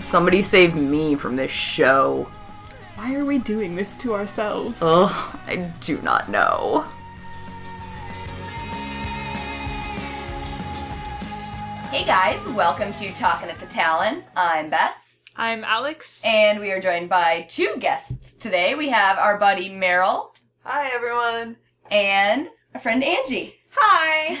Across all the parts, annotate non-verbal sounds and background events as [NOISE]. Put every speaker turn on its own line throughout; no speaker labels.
Somebody save me from this show.
Why are we doing this to ourselves?
Ugh, I do not know.
Hey guys, welcome to Talking at the Talon. I'm Bess,
I'm Alex.
and we are joined by two guests today. We have our buddy Meryl
Hi everyone.
and our friend Angie.
Hi.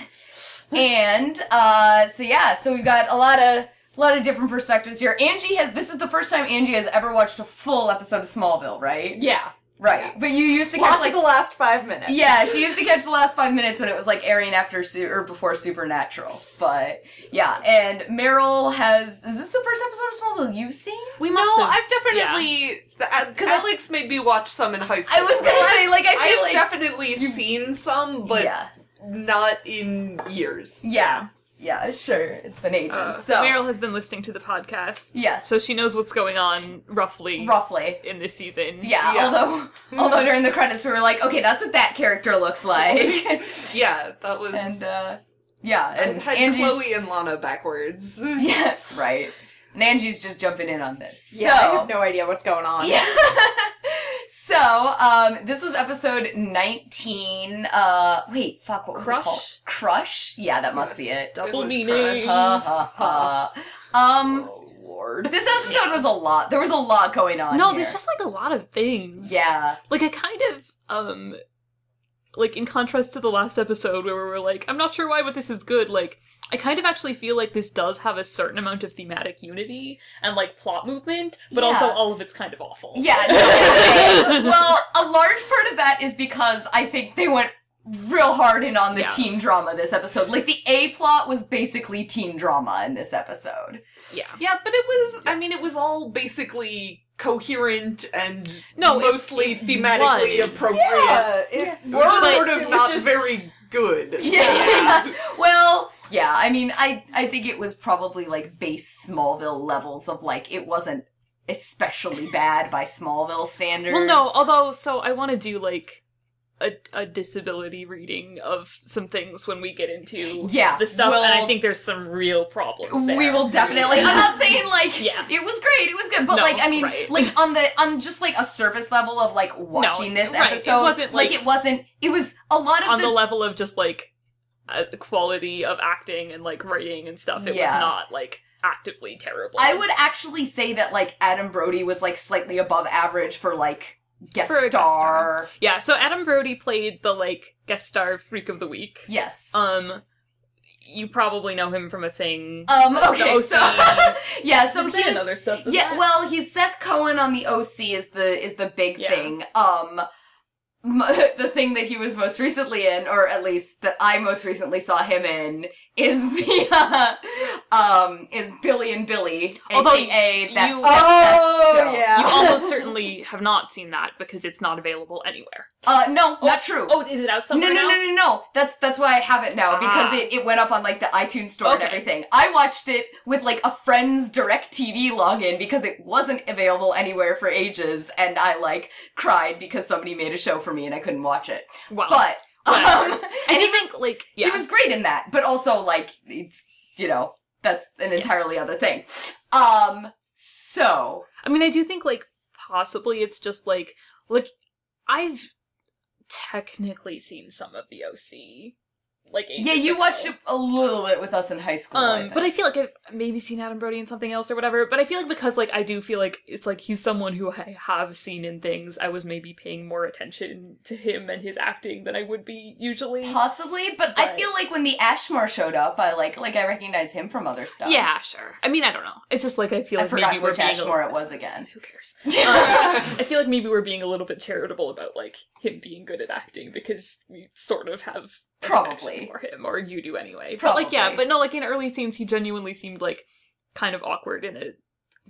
[LAUGHS] and uh, so yeah, so we've got a lot of a lot of different perspectives here. Angie has this is the first time Angie has ever watched a full episode of Smallville, right?
Yeah.
Right. But you used to catch
Watch
like
the last five minutes.
yeah, she used to catch the last five minutes when it was like airing after Su- or before Supernatural. But yeah, and Meryl has is this the first episode of Smallville you've seen?
we
No,
must have.
I've definitely. Because Alex made me watch some in high school.
I was gonna say like I
I
feel
have
like
definitely seen some, but
yeah,
not in years.
yeah, yeah, sure. It's been ages.
Uh,
so
Meryl has been listening to the podcast.
Yes.
So she knows what's going on roughly
roughly.
in this season.
Yeah,
Yeah.
although although during the credits we were like, okay, that's what that character looks like.
Yeah, that was.
and uh yeah,
I
and
had
Angie's
Chloe and Lana backwards.
[LAUGHS] Yeah, right. And Angie's just jumping in on this.
Yeah,
so,
I have no idea what's going on.
Yeah. [LAUGHS] so, um, this was episode 19. Uh, wait, fuck, what was
Crush?
it called? Crush? Yeah, that must be it.
Double
was
meaning.
crushed.
Ha, ha, ha. Um,
Oh lord.
this episode was a lot. There was a lot going on.
No,
here.
there's just like a lot of things.
Yeah.
Like a kind of um like in contrast to the last episode where we were like, I'm not sure why but this is good, like I kind of actually feel like this does have a certain amount of thematic unity and like plot movement, but
Yeah.
also all of it's kind of awful.
Yeah. no, okay. well, a large part of that is because I think they went real hard in on the
Yeah.
teen drama this episode. Like, the A plot was basically teen drama in this episode.
Yeah.
Yeah, but it was. I mean, it was all basically coherent and
No, it-
mostly
it
thematically
was.
appropriate. It
But-
was
[LAUGHS]
just sort
it
of
was
not
just-
very good.
Yeah. well, yeah. I mean, I I think it was probably like base Smallville levels of like it wasn't especially bad by Smallville standards.
Well, no, although, so I want to do like a, a disability reading of some things when we get into
Yeah,
the stuff, and I
we'll-
think there's some real problems. There.
we will definitely.
[LAUGHS]
I'm not saying like
Yeah.
it was great, it was good, but
No,
like I mean,
right.
like on the on just like a surface level of like watching this
right, it
episode,
wasn't, like-
it wasn't. It was a lot of
on the, level of just like uh, quality of acting and like writing and stuff. It
Yeah.
was not like actively terrible.
I would actually say that like Adam Brody was like slightly above average for like guest
For a guest
star.
star. Yeah. So Adam Brody played the like guest star freak of the week.
Yes.
Um, you probably know him from a thing.
Um,
The
okay,
OC.
so [LAUGHS] yeah, so
He's
he
been in
was-
other stuff. as
yeah,
well.
well, he's Seth Cohen on the OC is the is the big
Yeah.
thing. Um, m- [LAUGHS] the thing that he was most recently in, or at least that I most recently saw him in, is [LAUGHS] the uh, um is Billy and Billy,
Although
aka that
you- Oh,
Step
Oh,
Fest show.
You [LAUGHS]
[LAUGHS]
almost certainly have not seen that because it's not available anywhere.
Uh, no, not true.
Oh, is it out
No,
somewhere
no, no,
now?
no, no. That's that's why I have it now because
Ah.
it, it went up on like the iTunes store and
Okay.
everything. I watched it with like a friend's direct TV login because it wasn't available anywhere for ages and I like cried because somebody made a show for me and I couldn't watch it.
Well,
But um
Oh.
[LAUGHS]
whatever.
and
I do
he
think
was,
like
he
yeah,
was great in that, but also like it's you know, that's an entirely other thing. Um so
I mean, I do think like possibly it's just like like I've technically seen some of the OC. Like ages
yeah, you
ago.
watched it a little bit with us in high school. I
Um,
think.
but I feel like I've maybe seen Adam Brody in something else or whatever. But I feel like because like I do feel like it's like he's someone who I have seen in things. I was maybe paying more attention to him and his acting than I would be usually.
Possibly, but I
But-
feel like when the Ashmore showed up, I like like I recognize him from other stuff.
Yeah, sure. I mean, I don't know. It's just like I feel
I
like maybe
forgot
we're
which
being a-
Ashmore it
[LAUGHS]
was again.
Who cares? Uh,
Yeah.
I feel like maybe we're being a little bit charitable about like him being good at acting because we sort of have an
Probably.
affection for him, or you do anyway. But like, yeah,
Probably.
but no, like in early scenes, he genuinely seemed like kind of awkward in a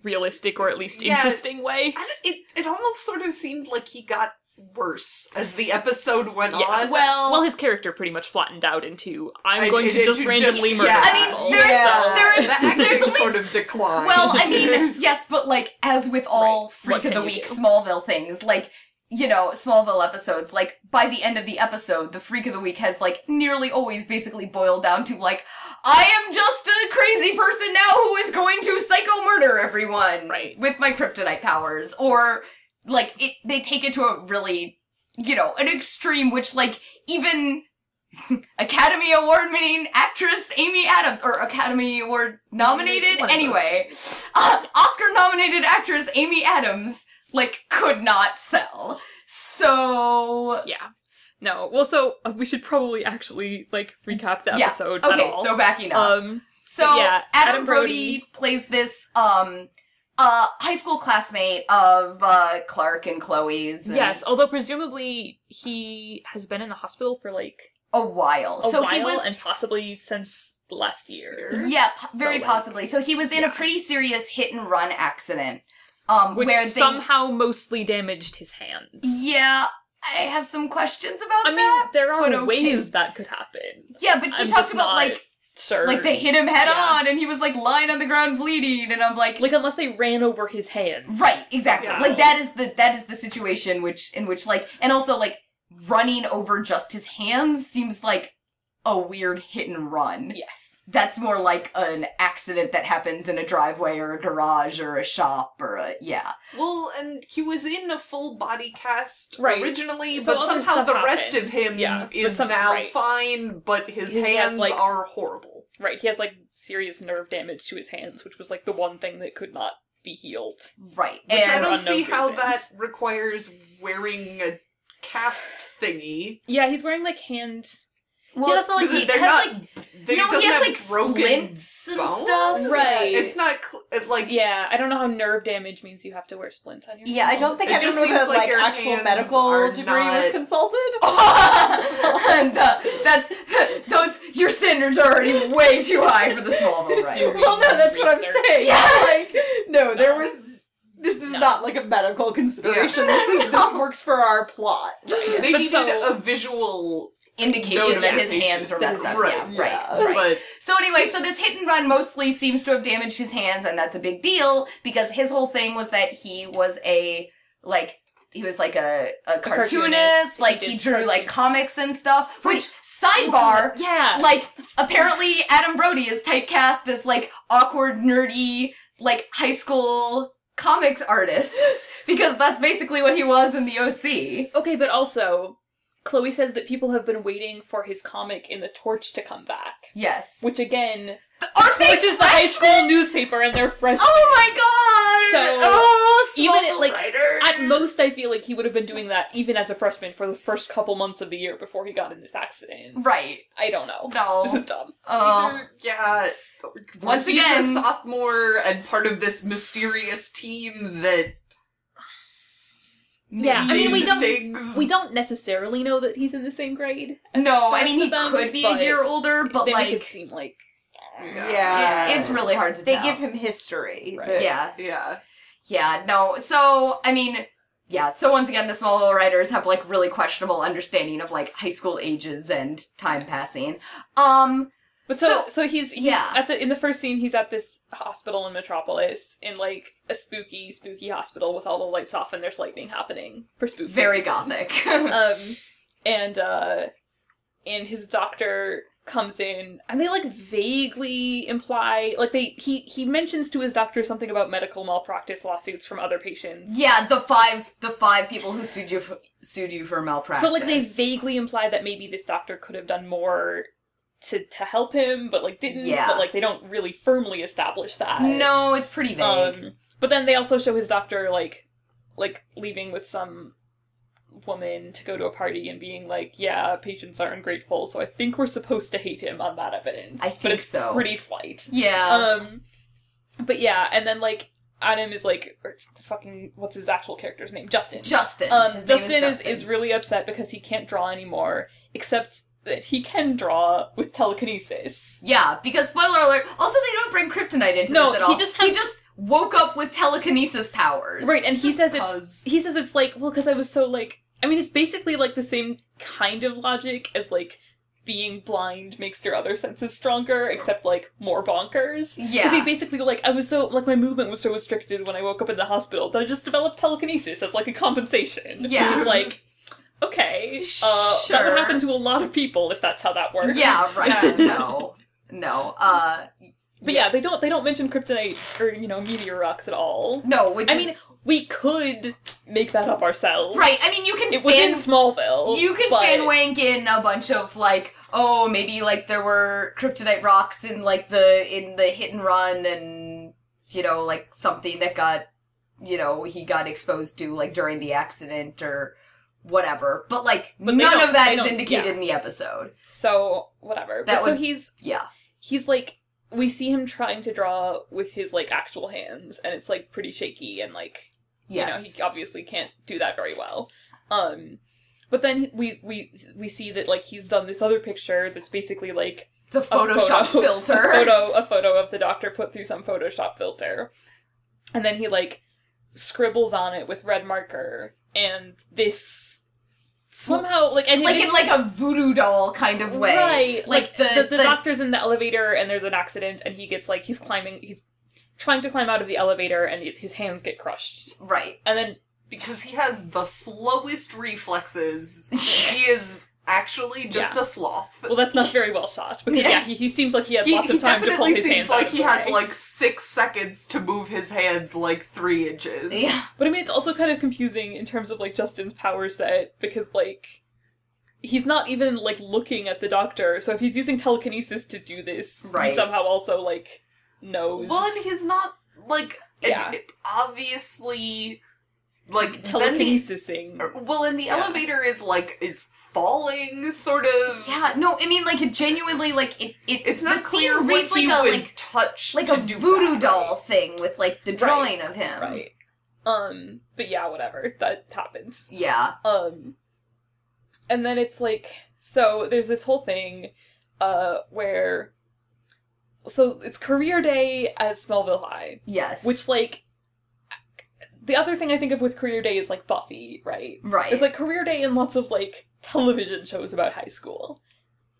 realistic or at least
Yeah.
interesting way.
I don't- it it almost sort of seemed like he got worse as the episode went
Yeah.
on.
Well,
Well, his character pretty much flattened out into I'm
I-
going
it-
to just
it- just-
randomly murder.
yeah.
I mean,
people."
there's
Yeah.
there is
the Uh, acting
there's only
sort of
s-
[LAUGHS]
declined. [LAUGHS]
Well, I mean, yes, but like as with all
Right.
freak
What
of the
can you
week
do?
Smallville things, like you know, Smallville episodes, like, by the end of the episode, the Freak of the Week has, like, nearly always basically boiled down to, like, I am just a crazy person now who is going to psycho murder everyone
Right.
with my kryptonite powers. Or, like, it, they take it to a really, you know, an extreme, which, like, even [LAUGHS] Academy Award winning actress Amy Adams, or Academy Award
Nominated,
nominated,
one of those.
anyway, uh, Oscar nominated actress Amy Adams, like, could not sell. So,
Yeah. No. Well, so uh, we should probably actually like recap the
Yeah.
episode. at
okay,
all.
so backing up.
um,
So
yeah,
Adam,
Adam
Brody,
Brody-
plays this um uh high school classmate of uh Clark and Chloe's and
yes. Although presumably he has been in the hospital for like
a while.
a
so
while
he was
and possibly since last year.
yeah, po- very
like-
possibly. So he was in a pretty serious hit and run accident. Um
Which
where they
somehow mostly damaged his hands.
Yeah, I have some questions about
I mean,
that.
there are
but okay.
ways that could happen.
Yeah, but he
I'm
talked
just
about
not
like
Sure.
like they hit him head
Yeah.
on and he was like lying on the ground bleeding and I'm like
like unless they ran over his hands.
Right, exactly.
Yeah.
Like that is the that is the situation which in which like and also like running over just his hands seems like a weird hit and run.
Yes.
That's more like an accident that happens in a driveway or a garage or a shop or a yeah.
Well, and he was in a full body cast
Right.
originally,
So
but
other
somehow
stuff
the rest
happens.
of him
Yeah, but
is
some-
now
right.
fine, but his
He has,
hands
like-
are horrible.
Right. He has like serious nerve damage to his hands, which was like the one thing that could not be healed.
Right.
Which I
and
don't
unknown
see how that
reasons.
requires wearing a cast thingy.
Yeah, he's wearing like hand.
well,
Yeah,
that's not like
Because
he
they're
has
not-
like
They
you know
doesn't
he has
have
like
broken.
splints and
bones?
stuff.
Right.
It's not cl- it, like
Yeah, I don't know how nerve damage means you have to wear splints on your.
Yeah, I don't think
It
I don't
just
know
seems
that
like
like,
your
actual
hands are
medical degree was
not-
consulted. [LAUGHS]
[LAUGHS] and uh, that's those your standards are already way too high for the
[LAUGHS]
Smallville writer.
Well, no, that's what I'm
Research.
saying.
Yeah.
Like, no, there
No.
was. This is
No.
not like a medical consideration.
[LAUGHS]
This is this works for our plot.
they
But
needed
so-
a visual,
indication
No
that his hands were
notifications.
messed up.
Right,
Yeah, right.
but
So anyway, so this hit and run mostly seems to have damaged his hands, and that's a big deal because his whole thing was that he was a like he was like a, a cartoonist,
cartoonist. He
like he,
did
drew like
cartoon-
comics and stuff. Which
Bar.
sidebar,
Yeah.
like apparently Adam Brody is typecast as like awkward, nerdy, like high school comics artist [LAUGHS] because that's basically what he was in the OC.
Okay, but also, Chloe says that people have been waiting for his comic in the Torch to come back,
Yes,
which again,
are they
which is the high
freshmen?
[LAUGHS] school newspaper, and they're fresh.
Oh my god!
So,
oh,
even
Smallville
at, like,
writers.
At most, I feel like he would have been doing that even as a freshman for the first couple months of the year before he got in this accident.
right?
I don't know.
No.
This is dumb.
Oh,
either- yeah.
Once
he's
again-
a sophomore and part of this mysterious team that
Yeah, I mean, we
did
don't-
things.
We don't necessarily know that he's in the same grade.
no. I
starts
mean, he
with them,
could be a
but
year older, but
they
like,
make it seem like
Yeah.
Yeah.
it's really hard to
they
tell.
give him history.
Right.
but-
yeah,
Yeah,
yeah. No. So I mean, yeah. So once again, the Smallville writers have like really questionable understanding of like high school ages and time
Yes.
passing. Um.
But so,
So-
so, he's, he's
yeah.
at the in the first scene he's at this hospital in Metropolis in like a spooky spooky hospital with all the lights off and there's lightning happening for spooky
Very
reasons. [LAUGHS]
gothic.
um, and uh, and his doctor comes in and they like vaguely imply like they he he mentions to his doctor something about medical malpractice lawsuits from other patients.
[LAUGHS] yeah, the five the five people who sued you for, sued you for malpractice.
So like they vaguely imply that maybe this doctor could have done more to to help him, but like didn't.
Yeah.
But like they don't really firmly establish that.
No, it's pretty vague.
Um, but then they also show his doctor like like leaving with some woman to go to a party and being like, "Yeah, patients are ungrateful, so I think we're supposed to hate him on that evidence."
I
but
think
it's
so.
Pretty slight.
yeah.
Um, but yeah, and then like Adam is like, or fucking, what's his actual character's name? Justin.
Justin.
Um,
His name
Justin, is,
Justin.
is really upset because he can't draw anymore, except that he can draw with telekinesis.
Yeah, because spoiler alert. Also, they don't bring kryptonite into
No,
this at
he
all.
just has-
he just woke up with telekinesis powers.
Right, and he says it's
cause.
he says it's like well because I was so like I mean it's basically like the same kind of logic as like being blind makes your other senses stronger, except like more bonkers. Because he
Yeah.
basically like I was so like my movement was so restricted when I woke up in the hospital that I just developed telekinesis as like a compensation.
Yeah.
Which is like okay. Uh that
Sure.
would happen to a lot of people if that's how that works.
Yeah, right.
Yeah.
No. No. Uh
But yeah, they don't they don't mention kryptonite or, you know, meteor rocks at all.
no, which
I
is
mean, we could make that up ourselves.
right. I mean, you can
it was in
fan
Smallville.
you can
Oh, but
fan wank in a bunch of like oh maybe like there were kryptonite rocks in like the in the hit and run and you know like something that got you know he got exposed to like during the accident or whatever but like
But they
none
don't-
of that
they
is
don't-
indicated
yeah.
in the episode
So whatever.
That
but so
would-
he's
yeah
he's like we see him trying to draw with his like actual hands, and it's like pretty shaky, and like
yes
you know he obviously can't do that very well. Um, but then we we we see that like he's done this other picture that's basically like
it's a
[LAUGHS]
photoshop
a photo,
filter
A photo, a photo of the doctor put through some Photoshop filter. And then he like scribbles on it with red marker and this somehow like and
like
it is-
in like a voodoo doll kind of way
Right.
like, the,
the, doctor's in the elevator and there's an accident and he gets like he's climbing he's trying to climb out of the elevator and it- his hands get crushed.
right
And then
because he has the slowest reflexes. he is actually just a sloth.
well that's not very well shot because
Yeah.
yeah, he, he seems like he has
he,
lots
he
of time to pull
definitely
his
seems
hands out
like
of
he
the
has
way.
like six seconds to move his hands like three inches.
yeah
But I mean, it's also kind of confusing in terms of like Justin's power set because like he's not even like looking at the doctor. So if he's using telekinesis to do this,
Right.
he somehow also like knows.
Well, and he's not like and
Yeah.
it- obviously like then the er,
telekinesising.
well, and the
Yeah.
elevator is like is falling sort of.
yeah no i mean like it genuinely like it, it
It's
the
not
scene
clear
reads like
what he
a
would
like
touch
like
to
a
do
voodoo
that.
doll thing with like the drawing of him.
right. Um. But yeah, whatever. That happens.
Yeah.
Um, and then it's like, so there's this whole thing, uh, where, so it's career day at Smallville High,
Yes.
which like, the other thing I think of with career day is like Buffy, right?
right.
There's like career day and lots of like television shows about high school.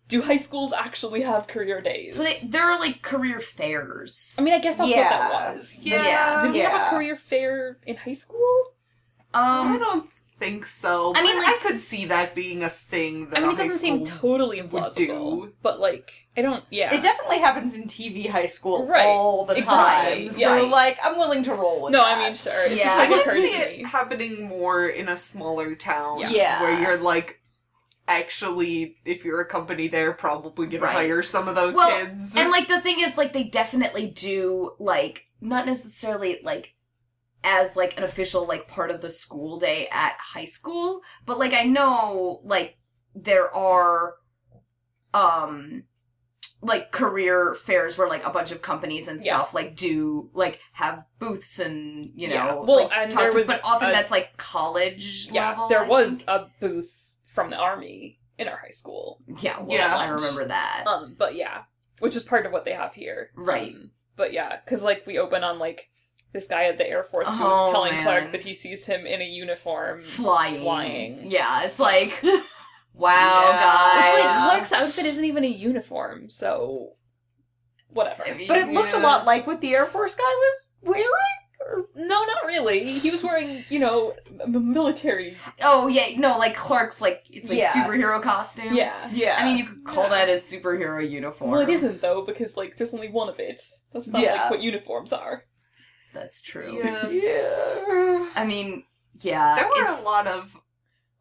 Do high schools actually have career days?
so they, there are like career fairs.
I mean, I guess that's what
Yeah.
that was.
Yeah.
Yeah.
Did we have
Yeah.
a career fair in high school?
I
um,
don't think so.
I mean,
but
like-
I could see that being a thing. That
I mean,
a
it
high
doesn't seem
school-
totally
would do.
implausible, but like, I don't. Yeah,
It definitely happens in TV high school
Right.
all the
Exactly.
time. So,
Yes.
like, I'm willing to roll with
No,
that.
I mean sure. It's
Yeah.
just
I
like
That
can
occurs
see
to
it
me.
happening more in a smaller town.
Yeah.
Yeah.
Where you're like, actually, if you're a company, they're probably going
Right.
to hire some of those
Well,
kids.
and like the thing is, like they definitely do like not necessarily like as like an official like part of the school day at high school, but like I know like there are um like career fairs where like a bunch of companies and
Yeah.
stuff like do like have booths and you know
Yeah. Well,
like,
and
talk
there
to-
was
but often
a-
that's like college
Yeah,
level
there
I
was
think.
a booth from the army in our high school.
yeah well,
Yeah.
I remember that
Um, but yeah, which is part of what they have here.
Right.
Um, but yeah, because like we open on like this guy at the Air Force booth
Oh,
telling
man.
Clark that he sees him in a uniform.
flying
flying.
yeah it's like [LAUGHS] wow
Yeah.
guys
Actually,
Like,
Clark's outfit isn't even a uniform, so whatever.
I mean,
But it looked a
Yeah.
lot like what the Air Force guy was wearing.
No, not really. He was wearing, you know, m- military.
Oh yeah, no, like Clark's like it's like
Yeah.
superhero costume.
Yeah.
Yeah.
I mean you could call that a superhero uniform.
Well, it isn't though, because like there's only one of it. That's not
Yeah.
like what uniforms are.
That's true.
yeah.
Yeah.
I mean, yeah.
There were
it's-
a lot of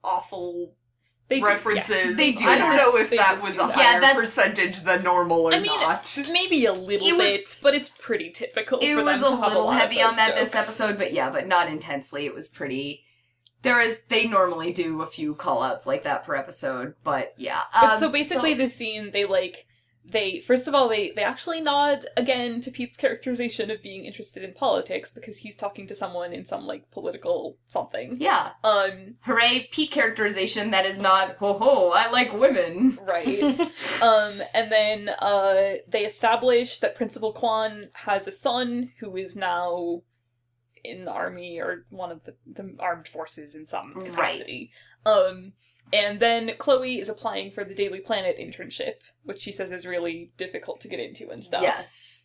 awful
They do- yes.
references.
They do,
I don't
yes.
know if
They
that
just
was
do
a
that.
higher
Yeah, that's-
percentage than normal or
I mean,
not.
Maybe a little
It was-
bit, but it's pretty typical.
It
for
was
them
a
to have
little
lot of
heavy on
those
that this
jokes.
episode, but yeah, but not intensely. It was pretty there is they normally do a few call outs like that per episode, but yeah.
But
Um,
so basically, this scene, they like they first of all they they actually nod again to Pete's characterization of being interested in politics because he's talking to someone in some like political something.
yeah.
Um,
Hooray, Pete characterization that is not ho ho, I like
[LAUGHS]
women.
right.
[LAUGHS]
um, and then uh, they establish that Principal Kwan has a son who is now in the army or one of the, the armed forces in some
Right.
capacity. Um, And then Chloe is applying for the Daily Planet internship, which she says is really difficult to get into and stuff.
Yes.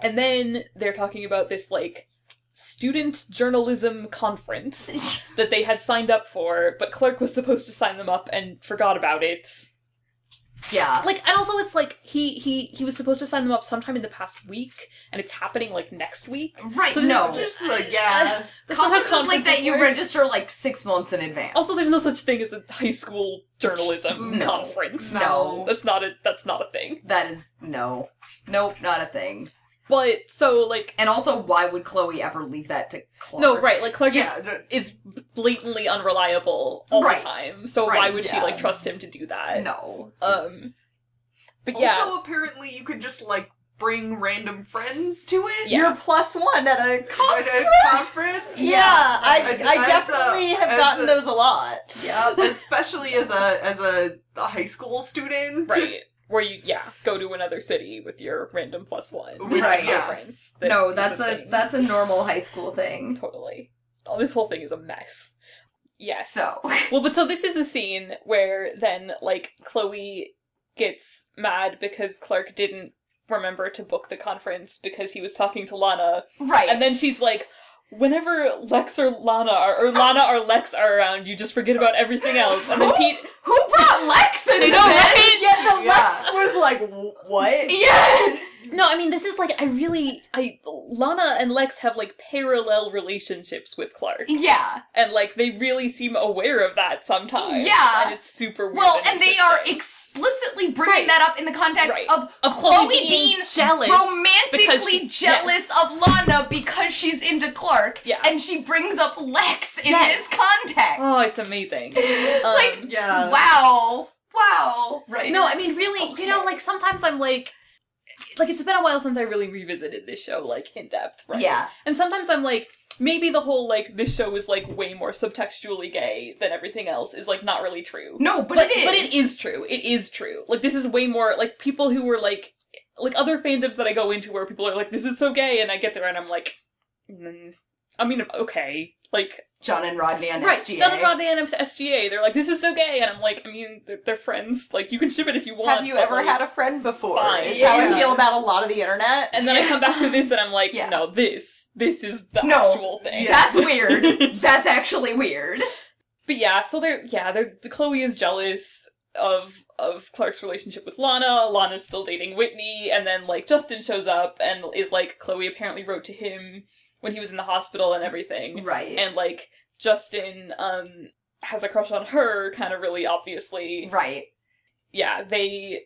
And then they're talking about this like student journalism
[LAUGHS]
conference that they had signed up for, but Clark was supposed to sign them up and forgot about it.
[LAUGHS] Yeah.
Like and also it's like he he he was supposed to sign them up sometime in the past week and it's happening like next week.
Right.
So this
no.
is-
It's like, yeah.
That's not how
Conferences like that you
work.
register like six months in advance.
Also, there's no such thing as a high school journalism
No.
conference.
No.
That's not a that's not a thing.
that is no, nope, not a thing.
But so like
And also, why would Chloe ever leave that to Clark?
no, right, like Clark
yeah. no-
is, is blatantly unreliable all
Right.
the time. So why
Right,
would she
yeah.
like trust him to do that?
No.
Um but yeah.
Also, apparently, you could just like bring random friends to it.
Yeah.
You're plus one at a con.
At a conference.
Yeah, I,
As
I
a-
definitely have
as
gotten
a-
those a lot.
[LAUGHS]
Yeah, especially as a as a, a high school student.
right. Where you yeah, go to another city with your random plus one
Right, yeah.
friends. That
No,
is
that's a
thing.
that's a normal high school thing.
totally. Oh, this whole thing is a mess. Yes.
So [LAUGHS]
Well, but so this is the scene where then, like, Chloe gets mad because Clark didn't remember to book the conference because he was talking to Lana.
right.
And then she's like, whenever Lex or Lana are, or Lana or Lex are around, you just forget about everything else. And then Pete.
Who brought Lex into
know,
this?
Yeah, the
Yeah.
Lex was like, "Wh- what?
Yeah.
No, I mean, this is like, I really. I Lana and Lex have, like, parallel relationships with Clark.
[LAUGHS] Yeah.
And, like, they really seem aware of that sometimes.
Yeah.
And it's super weird.
Well, and they are
interesting.
explicitly bringing
Right.
that up in the context
Right.
of
Of
Chloe being
jealous. because
romantically
she-
jealous of Lana because she's into Clark,
Yeah.
and she brings up Lex in
Yes.
this context.
Oh, it's [LAUGHS] amazing. Um,
like
Yeah.
wow, wow, right?
no, I mean, really, you know, like sometimes I'm like, like it's been a while since I really revisited this show, like in depth, right?
yeah,
And sometimes I'm like, maybe the whole like this show is like way more subtextually gay than everything else is like not really true.
no, but, it is,
But it is true. It is true. Like this is way more like people who were like like other fandoms that I go into where people are like, this is so gay, and I get there and I'm like, mm, I mean, okay. Like
John and Rodney on
right,
SGA.
Dunn and Rodney and SGA. They're like, this is so gay, and I'm like, I mean, they're, they're friends. Like, you can ship it if you want.
Have you
but,
ever
like-
had a friend before?
Fine.
Is how I
Yeah.
feel about a lot of the internet.
And then I come
[LAUGHS]
back to this, and I'm like,
Yeah.
no, this, this is the
No.
actual thing.
Yeah.
[LAUGHS]
That's weird. That's actually weird.
But yeah, so they're yeah, they're Chloe is jealous of of Clark's relationship with Lana. Lana's still dating Whitney, and then like Justin shows up and is like, Chloe apparently wrote to him when he was in the hospital and everything.
Right.
and like Justin um has a crush on her kind of really obviously.
right.
Yeah, they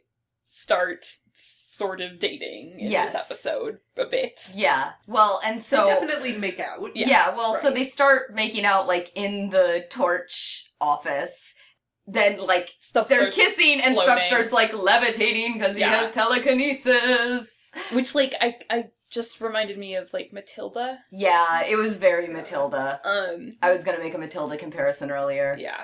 start sort of dating in
Yes.
this episode a bit.
Yeah. Well, and
They
so
definitely make out.
Yeah,
Yeah, well, so
right.
they start making out like in the torch office. Then like
Stuff
they're
starts-
kissing and stuff
floating.
starts like levitating because he
Yeah.
has telekinesis.
which like I I just reminded me of like Matilda.
Yeah, it was very Matilda.
Um
I was gonna make a Matilda comparison earlier.
yeah.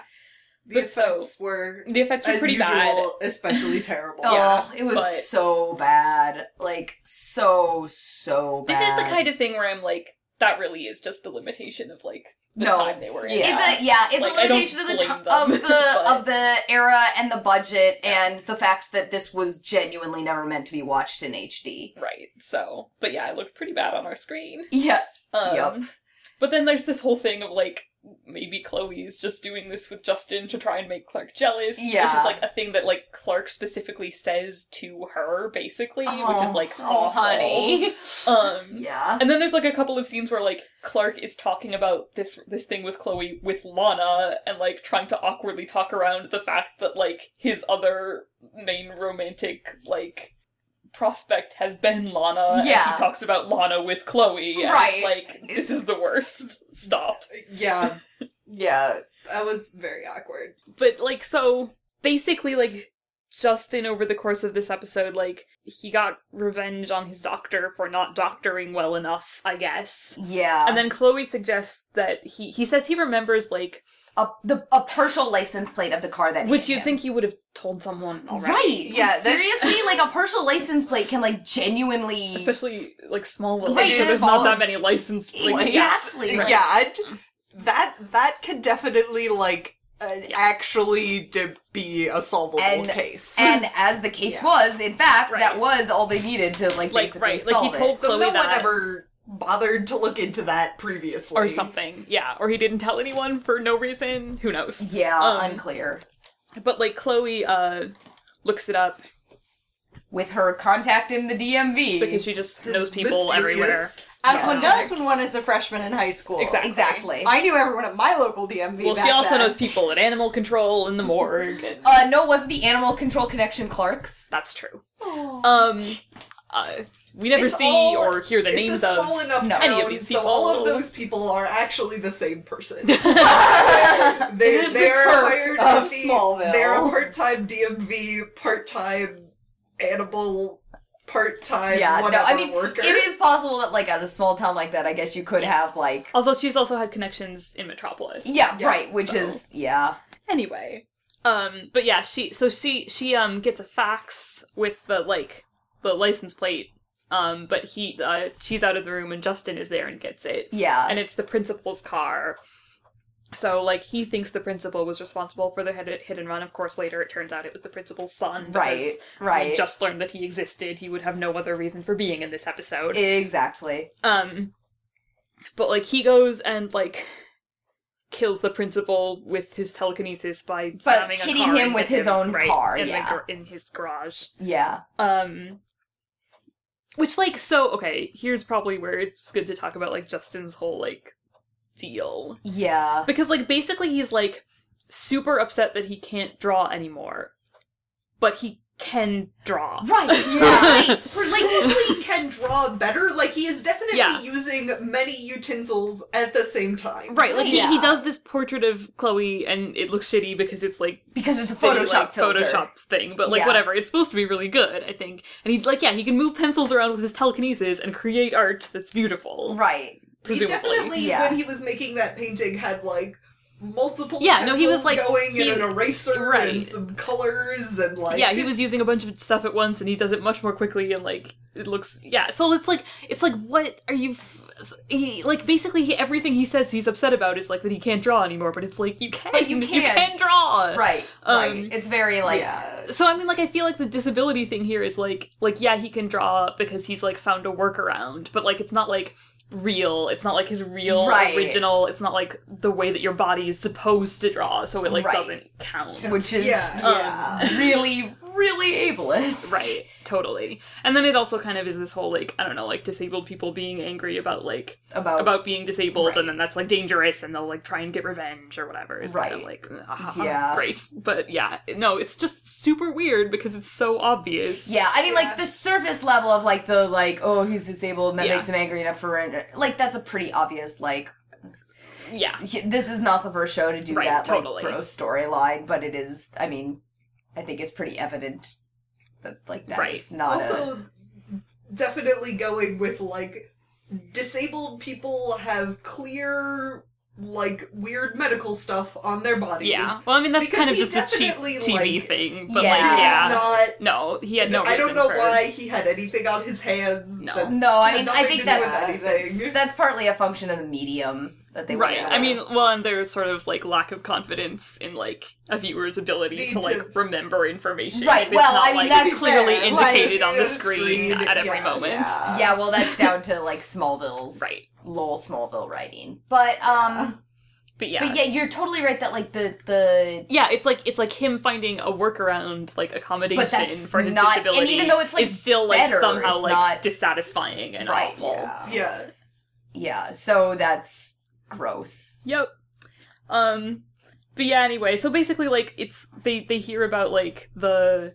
The
But so-
effects were,
The effects were
as
pretty
usual,
bad.
especially terrible.
[LAUGHS] Oh,
Yeah,
it was
but-
so bad. Like so so bad.
This is the kind of thing where I'm like, that really is just a limitation of like the
No.
time they were in.
Yeah.
It's a yeah, it's
Like,
a
I don't
limitation of the
blame
time
them,
[LAUGHS] of the
but-
of the era and the budget and the fact that this was genuinely never meant to be watched in HD.
Right. So but yeah, it looked pretty bad on our screen.
Yeah,
Um,
Yup.
But then there's this whole thing of like maybe Chloe's just doing this with Justin to try and make Clark jealous, which
Yeah.
is like a thing that like Clark specifically says to her,
[LAUGHS]
basically, which
Oh,
is like,
oh,
awful.
[LAUGHS]
honey.
Um,
yeah.
and then there's like a couple of scenes where like Clark is talking about this this thing with Chloe with Lana and like trying to awkwardly talk around the fact that like his other main romantic like prospect has been Lana. and
Yeah.
he talks about Lana with Chloe. And
Right.
it's like this is the worst. [LAUGHS] Stop. [LAUGHS]
Yeah,
Yeah,
that was very awkward.
But like so basically like Justin over the course of this episode like he got revenge on his doctor for not doctoring well enough, I guess.
Yeah.
Um,
And then Chloe suggests that he he says he remembers like
a the a partial license plate of the car that
which
hit
you'd
him.
think you would have told someone already.
Right.
Yeah,
Like,
that's- [LAUGHS]
seriously, like a partial license plate can like genuinely
Especially like small ones.
Right,
so
there's
there's not
small-
that many licensed like,
[LAUGHS]
Exactly.
Yes.
Right.
Yeah, I'd, that that can definitely like and actually to be a solvable
And-
case.
[LAUGHS]
And as the case
Yeah.
was, in fact,
Right.
that was all they needed to
Like,
like, basically
right, like, he
solve it.
told-
[LAUGHS] so
Chloe
no one
that-
ever bothered to look into that previously.
or something. Yeah, or he didn't tell anyone for no reason. Who knows?
Yeah,
Um,
unclear.
But like Chloe uh looks it up
With her contacting the DMV.
because she just knows people
Mysterious.
everywhere.
As
Yeah.
one does when one is a freshman in high school.
Exactly.
exactly.
I knew everyone at my local DMV.
Well, she
back
also
then.
knows people at animal control in the morgue. And
Oh.
uh, no, it wasn't the animal control
[LAUGHS]
connection clerks.
that's true.
Oh.
Um, uh, we never
It's
see
all-
or hear the
It's
names
a small
of.
enough
No.
town,
any of these
so all of
people.
those people are actually the
[LAUGHS]
same person.
yeah,
They,
Here's the
they're
perk
hired at
of
the-
Smallville.
They're a part-time DMV, part-time animal, part-time
no,
whatever
I mean,
worker.
it is possible that, like, at a small town like that, I guess you could have, like,
Although she's also had connections in Metropolis.
yeah,
Yeah,
right, which
so-
is, yeah.
Anyway, um, but yeah, she so she she um gets a fax with the like the license plate. Um, but he uh she's out of the room and Justin is there and gets it.
Yeah.
and it's the principal's car. So like he thinks the principal was responsible for the hit, hit and run. Of course, later it turns out it was the principal's son. because
Right, right.
We just learned that he existed. He would have no other reason for being in this episode.
exactly.
um, but like he goes and like kills the principal with his telekinesis by slamming a
hitting
car
him
into
with his own
right,
car,
in the
yeah.
gar- in his garage.
Yeah.
Um which like so okay, here's probably where it's good to talk about like Justin's whole like deal.
Yeah.
[LAUGHS] Because like basically he's like super upset that he can't draw anymore. But he can draw.
Right. [LAUGHS]
Yeah.
right.
[LAUGHS]
presumably can draw better. Like he is definitely
Yeah.
using many utensils at the same
[LAUGHS]
time.
Right, like he, he
Yeah.
does this portrait of Chloe and it looks shitty because it's like
Because it's a
city,
Photoshop
like,
filter.
Photoshop's thing, but like
Yeah.
whatever, it's supposed to be really good, I think. And he's like, yeah, he can move pencils around with his telekinesis and create art that's beautiful.
Right.
He
Presumably.
definitely,
Yeah.
when he was making that painting, had like multiple.
Yeah, no, he was,
pencils
like,
going
he-
and an eraser
right.
and some colors and like.
yeah he was using a bunch of stuff at once and he does it much more quickly and like it looks yeah so it's like it's like what are you f- he, like basically he, everything he says he's upset about is like that he can't draw anymore but it's like you can
But you
you
can.
can draw
Right.
Um,
right. It's very like
yeah.
so i mean like i feel like the disability thing here is like like yeah he can draw because he's like found a workaround but like it's not like real it's not like his real
Right.
original it's not like the way that your body is supposed to draw so it like
Right.
doesn't count
which is
Yeah.
um,
yeah.
really, really ableist.
[LAUGHS] Right, totally. And then it also kind of is this whole like I don't know, like disabled people being angry about like
About,
about being disabled,
Oh. Right.
and then that's like dangerous, and they'll like try and get revenge or whatever. It's kind
Right.
of like ah,
Yeah.
great, but yeah, no, it's just super weird because it's so obvious.
Yeah, I mean,
Yeah.
like the surface level of like the like, oh, he's disabled, and that
Yeah.
makes him angry enough for rent. Like that's a pretty obvious like,
yeah,
he- this is not the first show to do
Right,
that
totally.
like gross storyline, but it is. I mean, I think it's pretty evident that like that's
Right.
not a,
also definitely going with like disabled people have clear like weird medical stuff on their bodies
yeah. Well, I mean that's
Because
kind of
he
just a cheap
definitely,
TV
like-
thing, but
Yeah.
like
Did
yeah,
not
no, he had no.
i don't
reason
know
for-
why he had anything on his hands
No.
that's-
no. I
had
mean, I
nothing
think
to do with
that's
anything.
that's partly a function of the medium that they
Right.
went
I
with.
mean, well, and there's sort of like lack of confidence in like a viewer's ability
Need
to like
to-
remember information.
Right,
If it's
well,
not,
I mean,
like,
that-
clearly
Yeah, like,
indicated on the
it's
screen,
screen,
at every
yeah,
moment.
yeah.
yeah, well, that's
[LAUGHS]
down to like Smallville's
Uh, Right.
lol Smallville writing, but um,
But yeah.
but yeah, you're totally right that like the the
Yeah, it's like it's like him finding a workaround, like accommodation
that's
for his
not- and
disability.
even though it's, like,
is still like
better,
somehow
it's
like
not-
dissatisfying and
Right,
awful.
yeah
Yeah, so that's gross.
Yep. Um but yeah, anyway, so basically like it's they they hear about like the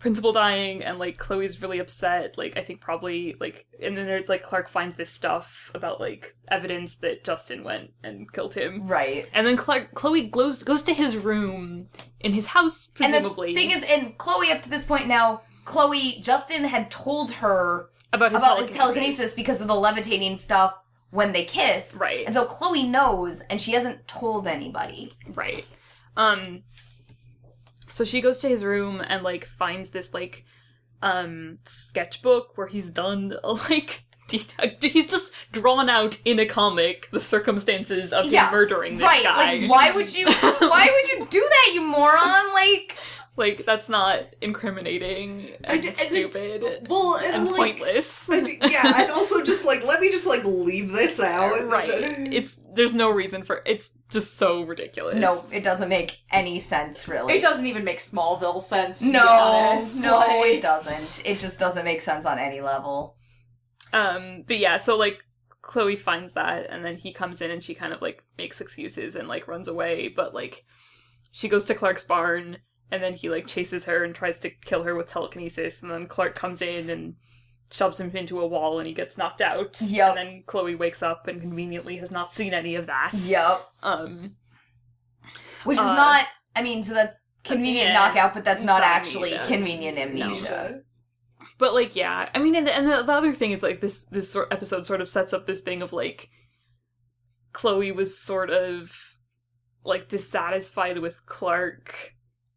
principal dying and like Chloe's really upset, like I think probably like and then there's like Clark finds this stuff about like evidence that Justin went and killed him.
Right.
And then Clark Chloe goes goes to his room in his house presumably
And the thing is, and Chloe up to this point now, Chloe, Justin had told her
about his
about his telekinesis because of the levitating stuff when they kiss.
Right.
And so Chloe knows, and she hasn't told anybody.
Right. Um so she goes to his room and like finds this like um sketchbook where he's done [LAUGHS] a like detect. He's just drawn out in a comic the circumstances of
Yeah,
him murdering this
right.
guy.
Like, why would you? why would you do that, you moron? Like,
[LAUGHS] Like, that's not incriminating and,
And- and-
stupid and,
Well, and,
[LAUGHS]
like,
pointless.
and- yeah, and also just like let me just like leave
[LAUGHS]
this out.
right. It's there's no reason for it's just so ridiculous.
no, it doesn't make any sense, really.
It doesn't even make Smallville sense. To be
No,
honest.
no,
Like-
it doesn't. It just doesn't make sense on any level.
Um, but yeah, so like Chloe finds that, and then he comes in and she kind of like makes excuses and like runs away, but like she goes to Clark's barn, and then he like chases her and tries to kill her with telekinesis, and then Clark comes in and shoves him into a wall and he gets knocked out.
Yep.
And then Chloe wakes up and conveniently has not seen any of that.
Yep.
Um
Which is
Uh,
not. I mean, so that's convenient
yeah.
knockout, but that's
It's
not,
not
actually
amnesia.
convenient amnesia.
Amnesia.
But like, yeah, I mean, and the, and the, the other thing is like this this sort episode sort of sets up this thing of like Chloe was sort of like dissatisfied with Clark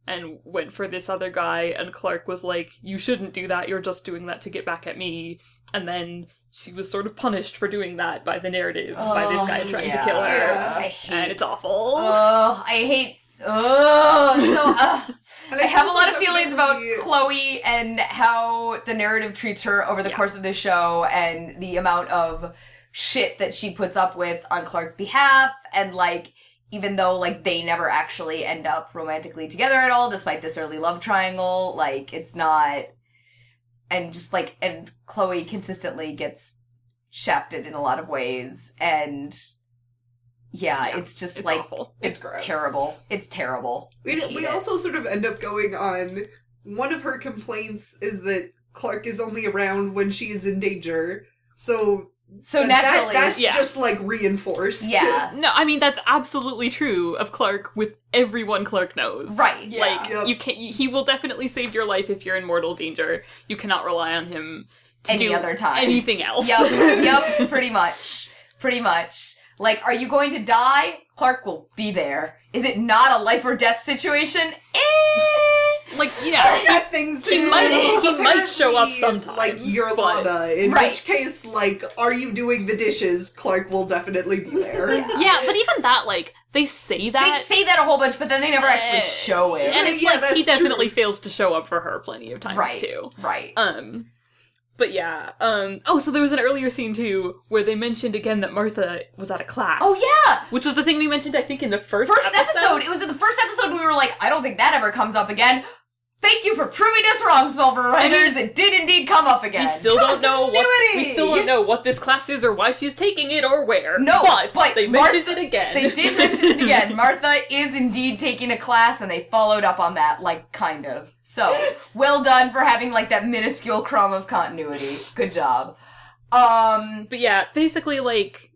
and went for this other guy, and Clark was like, "You shouldn't do that. You're just doing that to get back at me." And then she was sort of punished for doing that by the narrative by this
Oh,
guy trying
yeah.
to kill her,
Yeah.
I
and
hate.
it's awful.
Oh, I hate. Oh,
[LAUGHS]
it's so. Uh,
And
I
it's
have a
also
lot of feelings about
definitely-
Chloe and how the narrative treats her over the
Yeah.
course of the show and the amount of shit that she puts up with on Clark's behalf and like even though like they never actually end up romantically together at all despite this early love triangle like it's not and just like and Chloe consistently gets shafted in a lot of ways and yeah,
Yeah,
it's just
it's
like
awful.
It's
it's
gross.
terrible it's terrible I
We,
hate
we
it.
also sort of end up going on. One of her complaints is that Clark is only around when she is in danger. So,
so
that-
naturally
that, that's
yeah.
just like reinforced.
yeah
No, I mean that's absolutely true of Clark with everyone Clark knows.
Right.
Yeah.
Like
Yep.
you can he will definitely save your life if you're in mortal danger. You cannot rely on him to
Any
do
other time.
anything else.
Yep, yep, pretty much. Pretty much. Like, are you going to die? Clark will be there. Is it not a life or death situation?
[LAUGHS]
Eh.
like yeah.
Got things to
He
do.
might- he
Apparently,
might show up sometimes,
Like your
but-
Lana, in
Right.
which case, like, are you doing the dishes? Clark will definitely be there.
Yeah, but even that like they say
They
that
say that a whole bunch, but then they never actually
Eh.
show it.
and it's
Yeah,
like he
that's true.
definitely fails to show up for her plenty of times
Right.
too.
Right.
Um but yeah, um oh so there was an earlier scene too where they mentioned again that Martha was out of class.
Oh, yeah!
Which was the thing we mentioned I think in the first
First episode. It was in the first episode and we were like, I don't think that ever comes up again. Thank you for proving us wrong, Spellver
mean-
Writers. it did indeed come up again.
We still don't know what we
Continuity!
still don't know what this class is or why she's taking it or where.
No,
but,
but
they
Martha-
mentioned it again. [LAUGHS]
they did mention it again. Martha is indeed taking a class, and they followed up on that, like, kind of. So, well done for having, like, that minuscule crumb of continuity. Good job. Um,
but yeah, basically like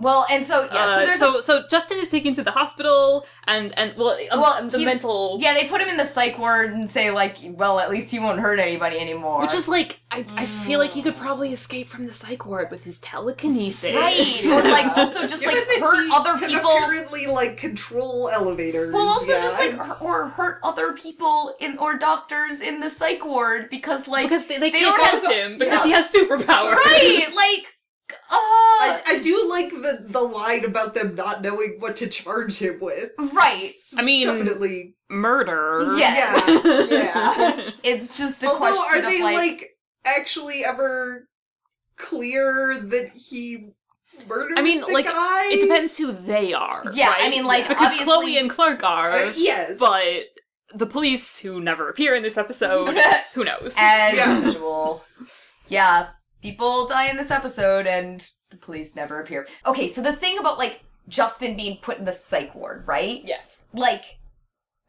well, and so, yeah, so
uh,
there's.
so, so Justin is taken to the hospital and and well, um,
Well,
the
he's-
mental
yeah, they put him in the psych ward and say, like, well, at least he won't hurt anybody anymore.
which is like I, I feel like he could probably escape from the psych ward with his telekinesis. [LAUGHS]
Right. [LAUGHS] or, like, also just, like,
Given that
hurt
he
other
can
people.
Apparently, like control elevators.
Well, also
yeah.
just like hurt, or hurt other people in or doctors in the psych ward because like
Because they, they,
They
can't
don't
help
have-
him because
yeah.
he has superpowers.
right like
I,
uh
I do like the the line about them not knowing what to charge him with.
right
I mean
Definitely,
murder. [LAUGHS]
yes
yeah, yeah.
it's just a
Although,
question
are they
of
like,
like,
actually ever clear that he murdered?
I mean,
the
like,
guy?
It depends who they are.
Yeah, I
right?
mean, like,
because
obviously-
Chloe and Clark are,
Uh, yes,
but the police who never appear in this episode,
[LAUGHS]
who knows?
as
Yeah.
usual. Yeah, people die in this episode, and the police never appear. Okay, so the thing about like Justin being put in the psych ward, right?
yes.
Like,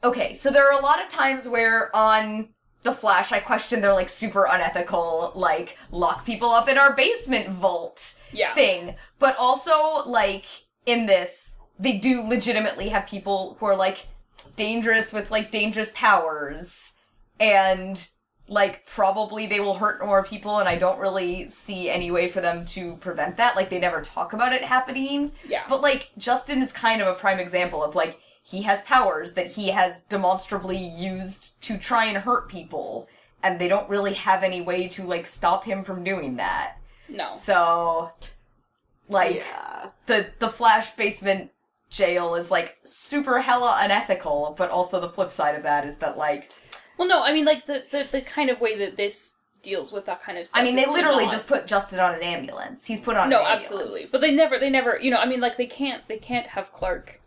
okay, so there are a lot of times where on the Flash, I question their like super unethical, like lock people up in our basement vault
Yeah.
thing. But also, like, in this, they do legitimately have people who are, like, dangerous with, like, dangerous powers. And, like, probably they will hurt more people, and I don't really see any way for them to prevent that. Like, they never talk about it happening.
Yeah.
But, like, Justin is kind of a prime example of, like, he has powers that he has demonstrably used to try and hurt people. And they don't really have any way to, like, stop him from doing that.
Oh.
No.
So, like
yeah.
the the Flash basement jail is like super hella unethical, but also the flip side of that is that like
Well, no, I mean, like the, the the kind of way that this deals with that kind of stuff.
I mean they
is
literally
not-
just put Justin on an ambulance. He's put on
no,
an ambulance.
absolutely. But they never, they never, you know, I mean, like they can't, they can't have Clark.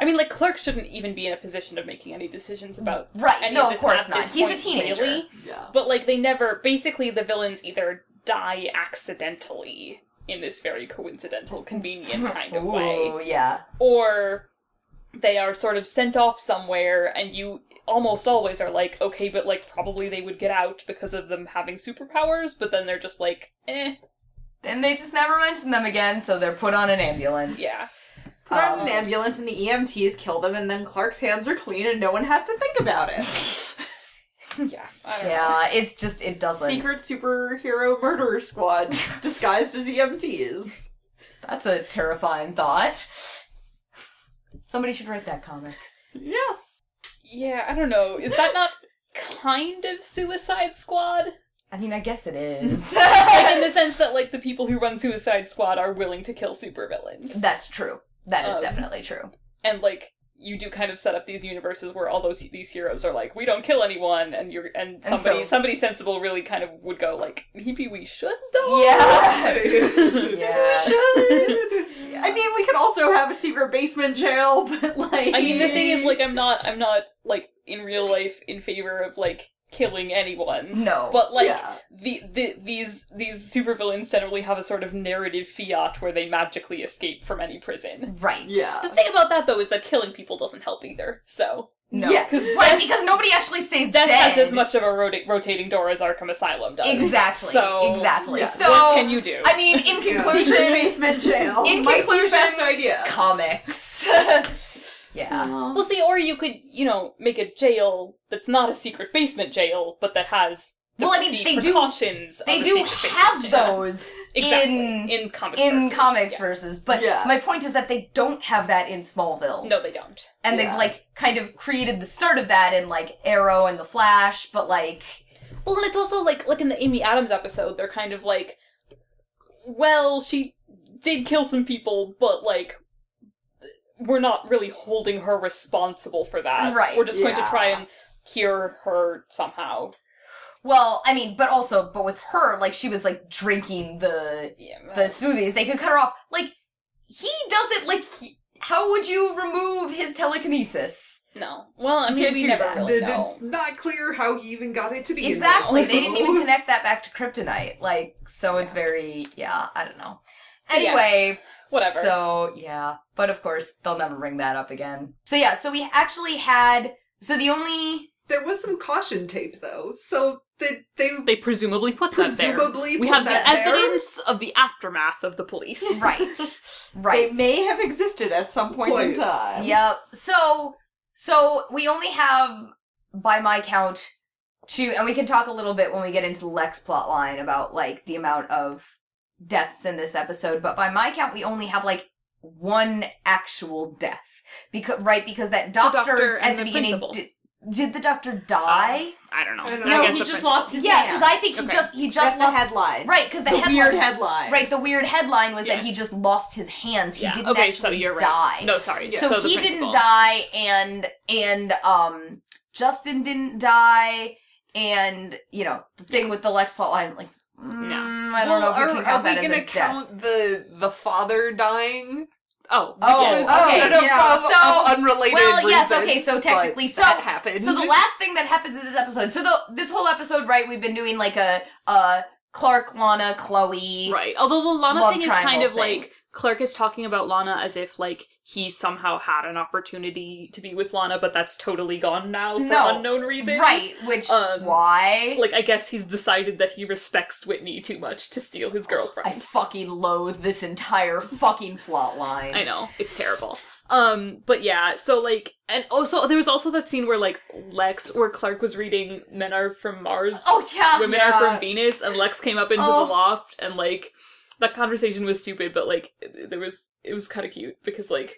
I mean, like Clark shouldn't even be in a position of making any decisions about
Right,
Any
no,
of,
of
this
course
at
not.
this
He's a
point,
teenager.
really.
Yeah.
But like they never. Basically, the villains either die accidentally in this very coincidental, convenient kind of way,
Ooh, yeah.
or they are sort of sent off somewhere and you almost always are like okay but like probably they would get out because of them having superpowers but then they're just like eh [LAUGHS]
And they just never mention them again, so they're put on an ambulance.
Yeah.
Put
Um,
on an ambulance and the EMTs kill them, and then Clark's hands are clean and no one has to think about it.
yeah i don't know
Yeah, it's just it doesn't.
Secret superhero
[LAUGHS]
murder squad disguised as E EMTs.
That's a terrifying thought. Somebody should write that comic.
Yeah.
yeah i don't know is that not kind of suicide squad
I mean, I
[LAUGHS]
guess it is.
like in the sense that like the people who run suicide squad are willing to kill supervillains
That's true. That is
Um,
definitely true.
and like you do kind of set up these universes where all those these heroes are like we don't kill anyone and you're and
And
somebody
so-
somebody sensible really kind of would go like maybe we should
[LAUGHS]
though [LAUGHS]
Yeah.
We
[LAUGHS]
yeah.
should. I mean, we could also have a secret basement jail, but like.
I mean, the thing is, like, I'm
[LAUGHS]
not, I'm not, like, in real life in favor of like killing anyone.
No.
But like
Yeah.
the, the these these supervillains generally have a sort of narrative fiat where they magically escape from any prison.
right.
Yeah.
The thing about that though is that killing people doesn't help either. So
No.
Yeah.
because
Right, because nobody actually stays
death
dead.
has as much of a rota- rotating door as Arkham Asylum does.
Exactly.
So
exactly. Oh,
yeah.
So
what can you do?
I mean, in
Yeah.
[LAUGHS]
Secret
conclusion,
basement jail.
In
Might be
conclusion-
best idea.
comics. [LAUGHS] yeah.
Well, see, or you could, you know, make a jail that's not a secret basement jail, but that has the,
Well, I mean,
the
they do-
precautions. of
They
a
do
secret basement
have
jail.
those
[LAUGHS] exactly.
in-
in comics
in
versus,
comics
yes.
versus, but
Yeah.
my point is that they don't have that in Smallville.
No, they don't.
And
Yeah.
they've like kind of created the start of that in like Arrow and the Flash, but like
Well, and it's also like like in the Amy Adams episode, they're kind of like, well, she did kill some people, but like we're not really holding her responsible for that.
Right,
We're just going to
yeah.
try and cure her somehow.
well, I mean, but also but with her, like she was like drinking the
Yeah.
the smoothies. They could cut her off. Like he doesn't like he- how would you remove his telekinesis?
no. Well, I
You
mean,
can't
we
do
never
that.
really
Did-
know.
It's not clear how he even got it to begin
Exactly.
with.
They didn't even
So-
connect that back to kryptonite. Like, so it's very, yeah, I don't know.
But yes,
Anyway,
whatever.
So, yeah. But of course, they'll never bring that up again. So, yeah, so we actually had. So the only.
[LAUGHS] There was some caution tape though, so they they,
They presumably put that there.
presumably
We
put
have the
that there.
evidence of the aftermath of the police.
[LAUGHS]
Right.
They
right.
may have existed at some point in
Point.
time.
Yep. So, so we only have, by my count, two. And we can talk a little bit when we get into the Lex plotline about, like, the amount of deaths in this episode. But by my count, we only have, like, one actual death. Because right, because that doctor,
doctor
at
and
the,
the
beginning
principal. Oh.
did, did the doctor die?
I don't know.
I don't
And
know.
I
No,
guess the
he just
principal-
lost his
yeah, because I
hands.
think he
Okay.
just he just
That's the
lost
headline.
right because the,
The
headline
weird headline.
right the weird headline was that he
Yes.
just lost his hands. He
Yeah.
didn't
Okay,
actually
so you're right.
die.
No, sorry.
so,
the
he
principal.
didn't die, and and um Justin didn't die, and you know the thing with the Lex plotline like. mm, I don't
well,
know if we
are,
can count
are
that
we
as
gonna
a death.
count the the father dying?
Oh,
Oh,
yes.
Because-
okay.
no, no,
yeah.
of-
So-
of unrelated.
well, yes,
reasons,
okay, so
but
technically- so-
that happened.
So the last thing that happens in this episode, so the this whole episode, right? We've been doing like a uh Clark, Lana, Chloe,
Right. Although the Lana
love
thing is kind
triangle
of like Clark is talking about Lana as if like he somehow had an opportunity to be with Lana, but that's totally gone now for
No.
unknown reasons.
right? Which
um,
why
Like I guess he's decided that he respects Whitney too much to steal his
I
girlfriend.
fucking loathe this entire fucking plot line.
I know it's terrible. Um, but yeah. So like, and also there was also that scene where like Lex, where Clark was reading "Men Are from Mars."
Oh yeah,
women
yeah.
are from Venus, and Lex came up into
Oh.
the loft, and like that conversation was stupid, but like there was it was kind of cute because like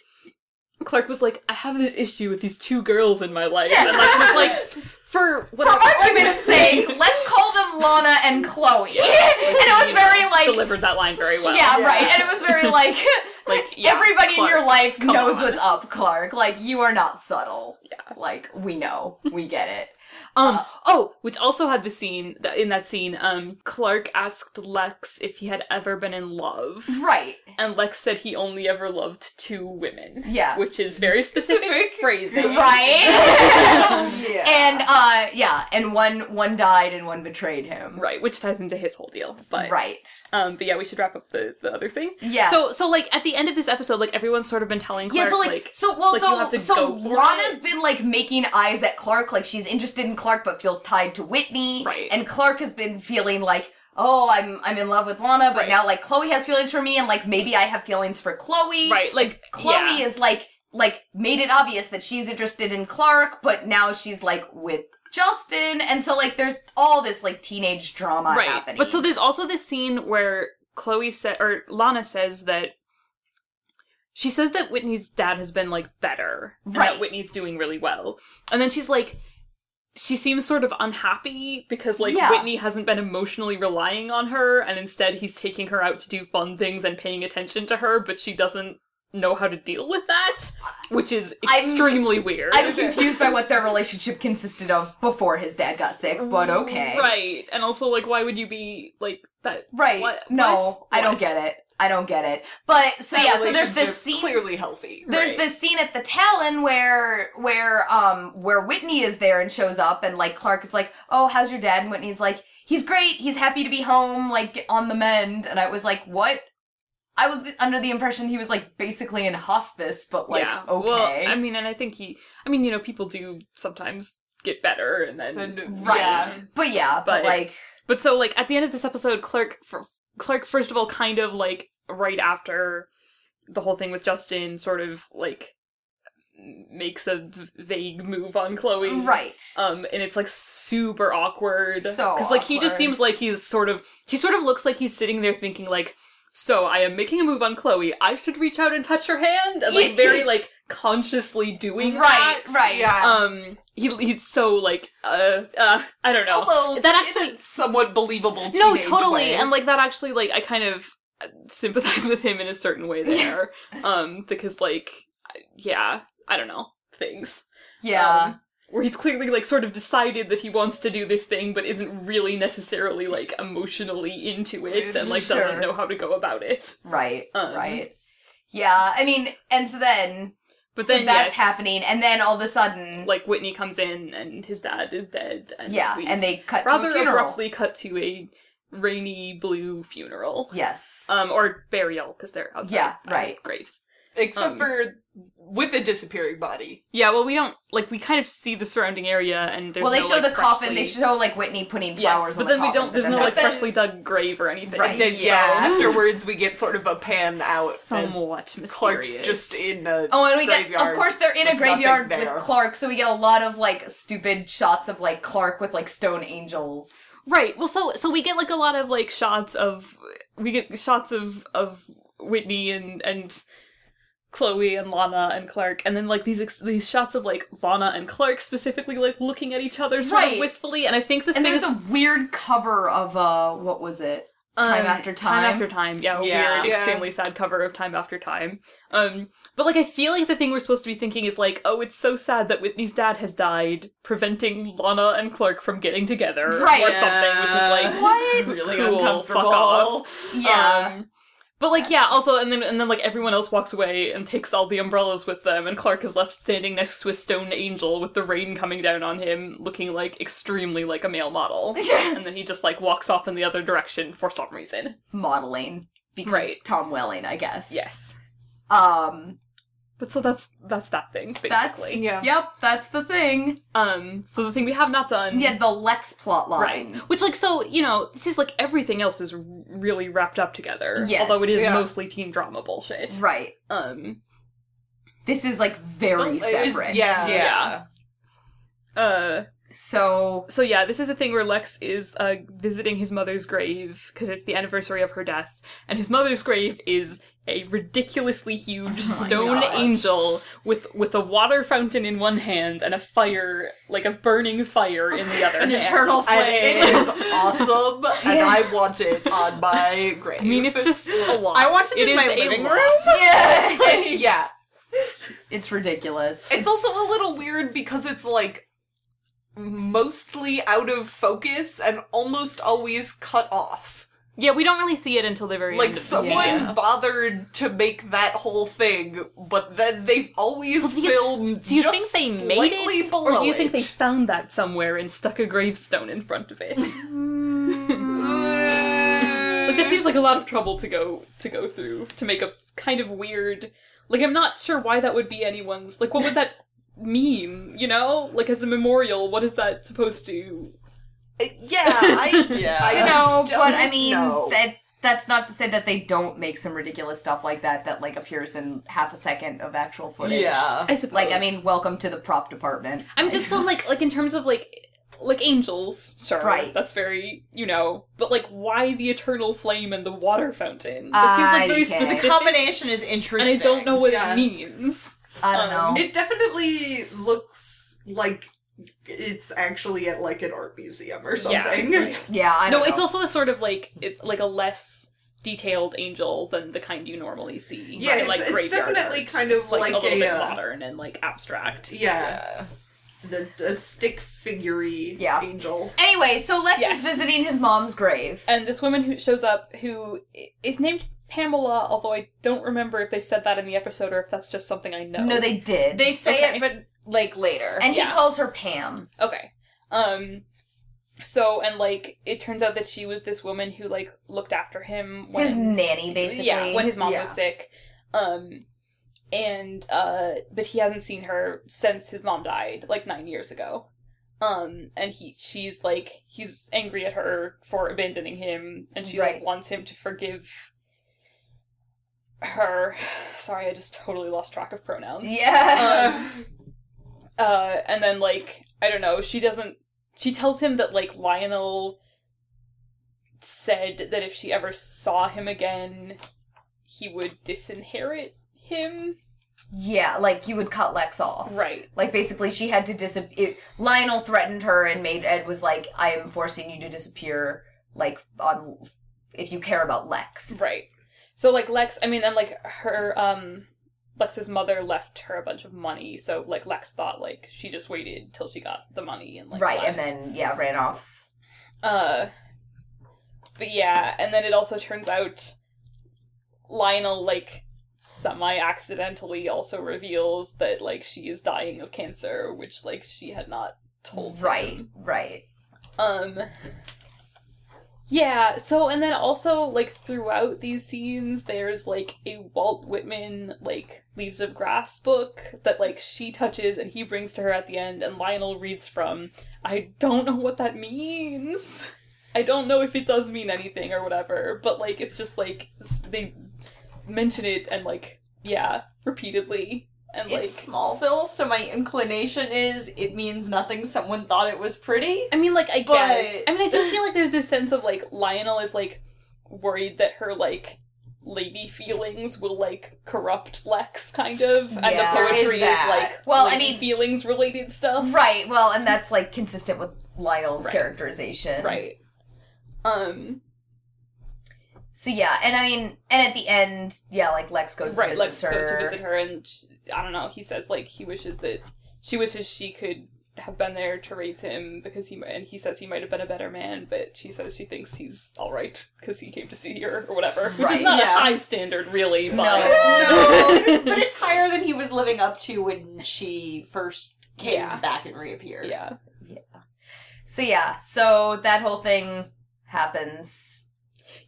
Clark was like, I have this issue with
[LAUGHS]
these two girls in my life, and Lex was like, for
for
whatever.
argument's sake, let's call them Lana and Chloe. [LAUGHS] and it was
you know,
very like
delivered that line very well.
yeah,
Yeah.
right. And it was very like,
[LAUGHS]
[LAUGHS]
Like, yeah,
everybody in your
Clark,
life
come
knows
on.
what's up, Clark. Like you are not subtle. Yeah. Like we know, we get it. Uh,
Um. Oh, which also had the scene that in that scene, um, Clark asked Lex if he had ever been in love,
Right.
and Lex said he only ever loved two women.
Yeah.
Which is very specific phrasing.
[LAUGHS] Right.
[LAUGHS] yeah.
and uh yeah, and one one died and one betrayed him.
Right, which ties into his whole deal. But
Right.
um but yeah, we should wrap up the, the other thing.
Yeah.
So so like at the end of this episode, like everyone's sort of been telling Clark
yeah, so like, so well
like, you have
so
to
so
go for
Lana's
it.
been like making eyes at Clark, like she's interested in Clark but feels tied to Whitney.
Right.
And Clark has been feeling like, oh, I'm I'm in love with Lana, but
Right.
now like Chloe has feelings for me and like maybe I have feelings for Chloe.
right, like
Chloe
yeah.
is like like made it obvious that she's interested in Clark, but now she's like with Justin, and so like there's all this like teenage drama
right.
happening.
But so there's also this scene where Chloe said or Lana says that she says that Whitney's dad has been like better. and that
Right.
Whitney's doing really well. And then she's like she seems sort of unhappy because like
Yeah.
Whitney hasn't been emotionally relying on her and instead he's taking her out to do fun things and paying attention to her, but she doesn't know how to deal with that, which is
I'm-
extremely weird.
I'm confused by what their relationship consisted of before his dad got sick,
[LAUGHS]
but okay.
Right. And also like why would you be like that
Right.
What-
no,
what's-
I don't
what's-
get it. I don't get it. But so
That
yeah, so there's this
relationship
scene
clearly healthy.
there's
Right.
this scene at the Talon where where um where Whitney is there and shows up and like Clark is like, "Oh, how's your dad?" and Whitney's like, "He's great. He's happy to be home, like on the mend." And I was like, "What?" I was under the impression he was like basically in hospice, but like okay.
Well, I mean, and I think he. I mean, you know, people do sometimes get better, and then.
And-
right.
Yeah.
But yeah, but,
But-
like
but so, like, at the end of this episode, Clark, fir- Clark, first of all, kind of like right after the whole thing with Justin, sort of like makes a v- vague move on Chloe,
right.
Um, and it's like super awkward.
So
like he just
awkward.
seems like he's sort of he sort of looks like he's sitting there thinking like, so I am making a move on Chloe. I should reach out and touch her hand, and
[LAUGHS]
like very like consciously doing
right,
that.
right.
Yeah.
Um, he he's so like uh uh I don't know.
Although
that
in a
actually-
somewhat believable.
No,
teenage
totally,
way.
and like that actually like I kind of uh, sympathize [LAUGHS] with him in a certain
[LAUGHS]
way there, um, because like I- yeah, I don't know things
Yeah.
um, where he's clearly like sort of decided that he wants to do this thing but isn't really necessarily like emotionally into it and like
Sure.
doesn't know how to go about it.
Right,
Um,
right. Yeah, I mean, and so then,
But
so
then yes,
that's happening, and then all of a sudden,
Like Whitney comes in and his dad is dead. And
yeah,
we
and they cut to
rather
a funeral.
abruptly cut to a rainy blue funeral.
Yes.
Um, or burial because they're outside.
Yeah,
uh,
right.
Graves.
except
um,
for with a disappearing body.
Yeah, well, we don't like we kind of see the surrounding area, and there's
well, they
no,
show
like,
the coffin. They
freshly-
show like Whitney putting flowers
yes, but
on the
then we
coffin,
don't. There's
then
no like
that's it.
freshly dug grave or anything.
Right.
And then, yeah. Afterwards, we get sort of a pan out. and
somewhat mysterious.
Clark's just in a.
Oh, and we get, of
graveyard
course, they're in a
with nothing
graveyard with
there.
Clark, so we get a lot of like stupid shots of like Clark with like stone angels.
right. Well, so so we get like a lot of like shots of we get shots of of Whitney and and Chloe and Lana and Clark, and then like these ex- these shots of like Lana and Clark specifically like looking at each other sort
Right.
of wistfully, and I think the
And
thing
there's
is
a weird cover of uh, what was it? Time After Time.
after Um, time. Yeah, a
Yeah.
weird,
Yeah.
extremely sad cover of time after time. Um, but like I feel like the thing we're supposed to be thinking is like, oh, it's so sad that Whitney's dad has died, preventing Lana and Clark from getting together
Right.
or something, which is like
What?
really
Really
cool. Fuck
uncomfortable.
off.
Yeah.
Um, but like yeah, also and then and then like everyone else walks away and takes all the umbrellas with them, and Clark is left standing next to a stone angel with the rain coming down on him, looking like extremely like a male
[LAUGHS]
model. and then he just like walks off in the other direction for some reason.
Modeling. Because
Right.
Tom Welling, I guess.
Yes.
Um.
But so that's that's that thing
That's
basically.
Yeah.
Yep. That's the thing.
um so the thing we have not done
Yeah. The Lex plot
right.
line.
Which like so, you know, this is like everything else is r- really wrapped up together.
Yes.
Although it is
Yeah.
mostly teen drama bullshit.
Right.
Um
This is like very
Well, it is-
separate.
yeah.
Oh, Yeah. uh
So
so yeah, this is a thing where Lex is uh visiting his mother's grave because it's the anniversary of her death and his mother's grave is a ridiculously huge stone angel with with a water fountain in one hand and a fire, like a burning fire in the other.
An
hand.
eternal
And it
flame.
is
[LAUGHS]
awesome, and I want it on my grave.
I mean, it's just a lot.
I want it in
is
my
a
living
lot.
room.
Yeah.
[LAUGHS] yeah.
it's ridiculous.
It's also a little weird because it's like mostly out of focus and almost always cut off.
Yeah, we don't really see it until the very
Like
end. of the
someone
season.
bothered to make that whole thing, but then they've always
Well, do you-
filmed.
Do you
just
think they made
slightly
it,
below
or do you think
[LAUGHS]
they
it.
found that somewhere and stuck a gravestone in front of it? like that seems like a lot of trouble to go to go through to make a kind of weird. Like I'm not sure why that would be anyone's. Like what would that mean? You know, like as a memorial, what is that supposed to?
Yeah,
[LAUGHS]
I,
Yeah.
I
you know,
don't
but I mean
know.
that that's not to say that they don't make some ridiculous stuff like that that like appears in half a second of actual footage.
yeah.
I suppose.
Like I mean, welcome to the prop department.
I'm just so like like in terms of like like angels, sure,
Right.
That's very you know, but like why the eternal flame and the water fountain? That seems like very
I get it.
specific.
The combination is interesting.
and I don't know what
Yeah.
it means.
I don't
Um,
know.
It definitely looks like it's actually at like an art museum or
Yeah.
something.
yeah, I
no,
don't know.
it's also a sort of like it's like a less detailed angel than the kind you normally see.
[LAUGHS] Yeah,
right?
it's-
like
it's
graveyard
definitely
art.
kind of
It's, like,
like
a little
a,
bit
uh,
modern and like abstract.
Yeah,
Yeah.
the, the stick figurey
Yeah.
angel.
Anyway, so Lex
Yes.
is visiting his mom's grave.
And this woman who shows up who i- is named Pamela, although I don't remember if they said that in the episode or if that's just something I know.
No, they did.
They say
Okay.
it, but like later.
and
yeah.
he calls her Pam.
Okay. Um so and like it turns out that she was this woman who like looked after him when
His nanny, basically.
Yeah, when his mom
Yeah.
was sick. Um and uh but he hasn't seen her since his mom died like 9 years ago. Um and he she's like he's angry at her for abandoning him and she
Right.
like wants him to forgive her. [SIGHS] Sorry, I just totally lost track of pronouns
Yeah. [LAUGHS]
um, uh, and then like I don't know, she doesn't. She tells him that like Lionel said that if she ever saw him again, he would disinherit him.
yeah, like he would cut Lex off.
Right.
Like basically, she had to disappear. Lionel threatened her and made Ed was like, "I am forcing you to disappear. Like on if you care about Lex."
Right. So like Lex, I mean, and like her, um, Lex's mother left her a bunch of money. So like Lex thought like she just waited till she got the money and like
right,
left.
and then yeah, ran off.
Uh, but yeah, and then it also turns out Lionel, like, semi accidentally also reveals that, like, she is dying of cancer, which, like, she had not told.
Right. Right.
Um, yeah, so, and then also, like, throughout these scenes, there's, like, a Walt Whitman, like, Leaves of Grass book that, like, she touches and he brings to her at the end, and Lionel reads from. I don't know what that means. I don't know if it does mean anything or whatever, but, like, it's just, like, s- they mention it and, like, yeah, repeatedly. And, like,
It's Smallville, so my inclination is it means nothing. Someone thought it was pretty.
I mean, like, I
But-
guess. I mean, I do feel like there's this sense of, like, Lionel is, like, worried that her, like, lady feelings will, like, corrupt Lex, kind of. And the
Yeah. There
is
poetry is,
that.
like,
Well, I
lady
mean-
feelings related stuff.
Right. Well, and that's like consistent with Lionel's
Right.
characterization.
Right. Um,
So yeah, and I mean, and at the end, yeah, like Lex goes
right,
to visit
Lex
her.
goes to visit her, and sh I don't know, he says, like, he wishes that she wishes she could have been there to raise him because he mi- and he says he might have been a better man but she says she thinks he's all right because he came to see her or whatever which
Right.
is not
Yeah.
a high standard really but
No, but it's higher than he was living up to when she first came
Yeah.
back and reappeared.
yeah
So yeah, so that whole thing happens.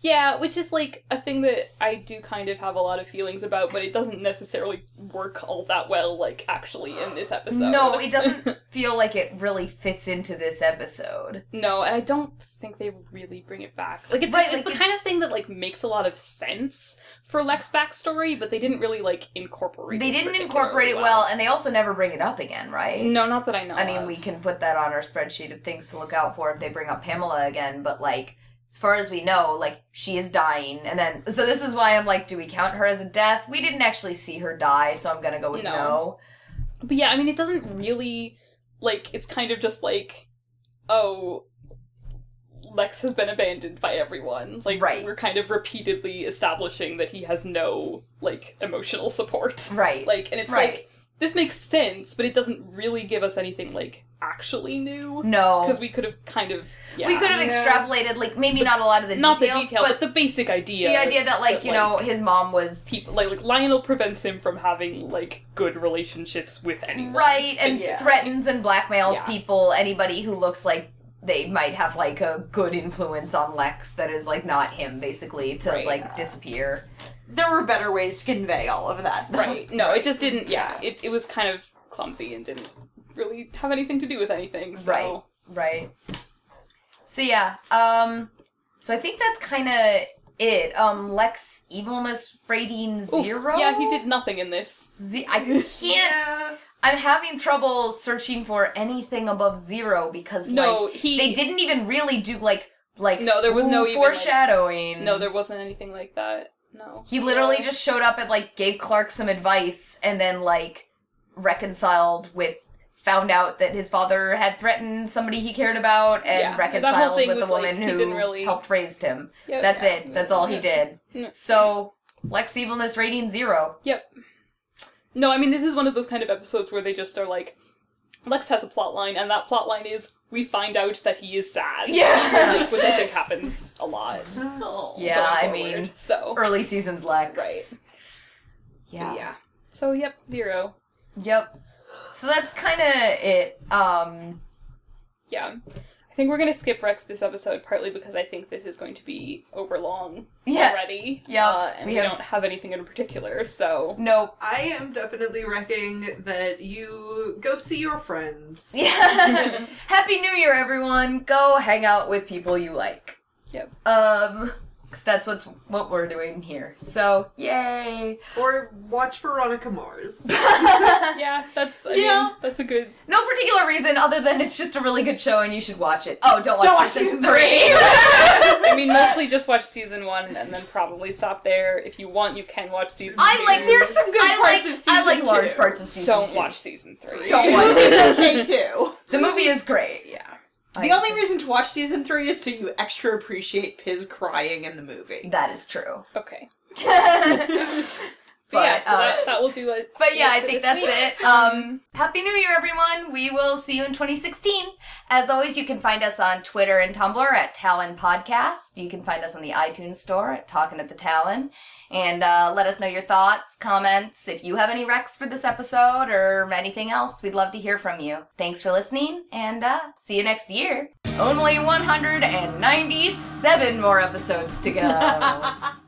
yeah which is like a thing that i do kind of have a lot of feelings about but it doesn't necessarily work all that well like actually in this episode
No, it doesn't feel like it really fits into this episode.
no and i don't think they really bring it back like it's,
Right,
it's
like
the
it-
kind of thing that like makes a lot of sense for lex backstory but they didn't really like incorporate
They
it
didn't
particularly
incorporate it well, and they also never bring it up again, right?
no not that i know
I mean,
of.
we can put that on our spreadsheet of things to look out for if they bring up Pamela again, but like as far as we know, like she is dying, and then so this is why I'm like, do we count her as a death? We didn't actually see her die, so I'm gonna go with
No.
no.
But yeah, I mean, it doesn't really like it's kind of just like, oh, Lex has been abandoned by everyone. Like
Right.
we're kind of repeatedly establishing that he has no like emotional support.
Right.
Like, and it's
Right.
like this makes sense, but it doesn't really give us anything like actually new
no.
because we could have kind of yeah,
we could have extrapolated, like maybe not a lot of the
not
details,
the detail,
but
but, the basic idea.
the idea that like
that,
you know his mom was
people like, like Lionel prevents him from having like good relationships with anyone.
right and
Yeah.
threatens and blackmails
Yeah.
people anybody who looks like they might have like a good influence on lex that is like not him basically to
Right.
like disappear
There were better ways to convey all of that. though.
right no it just didn't yeah it, it was kind of clumsy and didn't really have anything to do with anything so
Right. right so yeah um so i think that's kind of it um lex evilness rating
Oof,
zero
yeah he did nothing in this [LAUGHS]
Z- i can't i'm having trouble searching for anything above zero because
no
like
he
they didn't even really do like like
No, there was no
ooh,
even, like-
foreshadowing
no there wasn't anything like that no
He literally just showed up and like gave Clark some advice and then like reconciled with found out that his father had threatened somebody he cared about and
Yeah, that whole
reconciled
thing
with the
was, like,
woman
he
who
didn't really-
helped raised him.
Yeah,
That's
yeah.
it. That's all he did.
Mm.
So Lex Evilness rating zero.
yep no i mean this is one of those kind of episodes where they just are like lex has a plot line and that plot line is we find out that he is sad
Yeah.
[LAUGHS] like, which i think happens a lot
[LAUGHS] Yeah, I
going forward.
mean,
so
Early seasons Lex.
Right.
Yeah.
yeah so yep zero
Yep. So that's kind of it. Um.
Yeah. I think we're going to skip Rex this episode partly because I think this is going to be over long
Yeah.
already.
Yeah,
Uh, and we,
we have-
don't have anything in particular,
[LAUGHS]
so.
Nope.
I am definitely reckoning that you go see your friends.
Yeah. Happy New Year, everyone. Go hang out with people you like.
Yep.
Um, because that's what's what we're doing here. So yay.
Or watch Veronica Mars.
Yeah, that's, I mean, that's a good.
No particular reason other than it's just a really good show and you should watch it. Oh, don't watch
Don't watch
season
season
three. [LAUGHS]
I mean, mostly just watch season one and then probably stop there. If you want, you can watch season
I
two.
like
There's some good
I
parts
like,
of season
I like large
two.
parts of season.
Don't
two.
watch season three.
Don't watch. it.
[LAUGHS] It's okay too.
The movie is great.
Yeah.
I-
The only reason to watch season three is so you extra appreciate Piz crying in the movie.
that is true. [LAUGHS]
Okay.
but,
But, yeah, so
uh,
that, that will do it.
But yeah, I
for
think
this
that's
week. [LAUGHS]
it. Um, Happy New Year, everyone. We will see you in 2016. As always, you can find us on Twitter and Tumblr at Talon Podcast. You can find us on the iTunes Store at Talking at the Talon. And uh, let us know your thoughts, comments, if you have any recs for this episode or anything else. We'd love to hear from you. Thanks for listening, and uh, see you
[LAUGHS]
next year. Only 197 more episodes to go.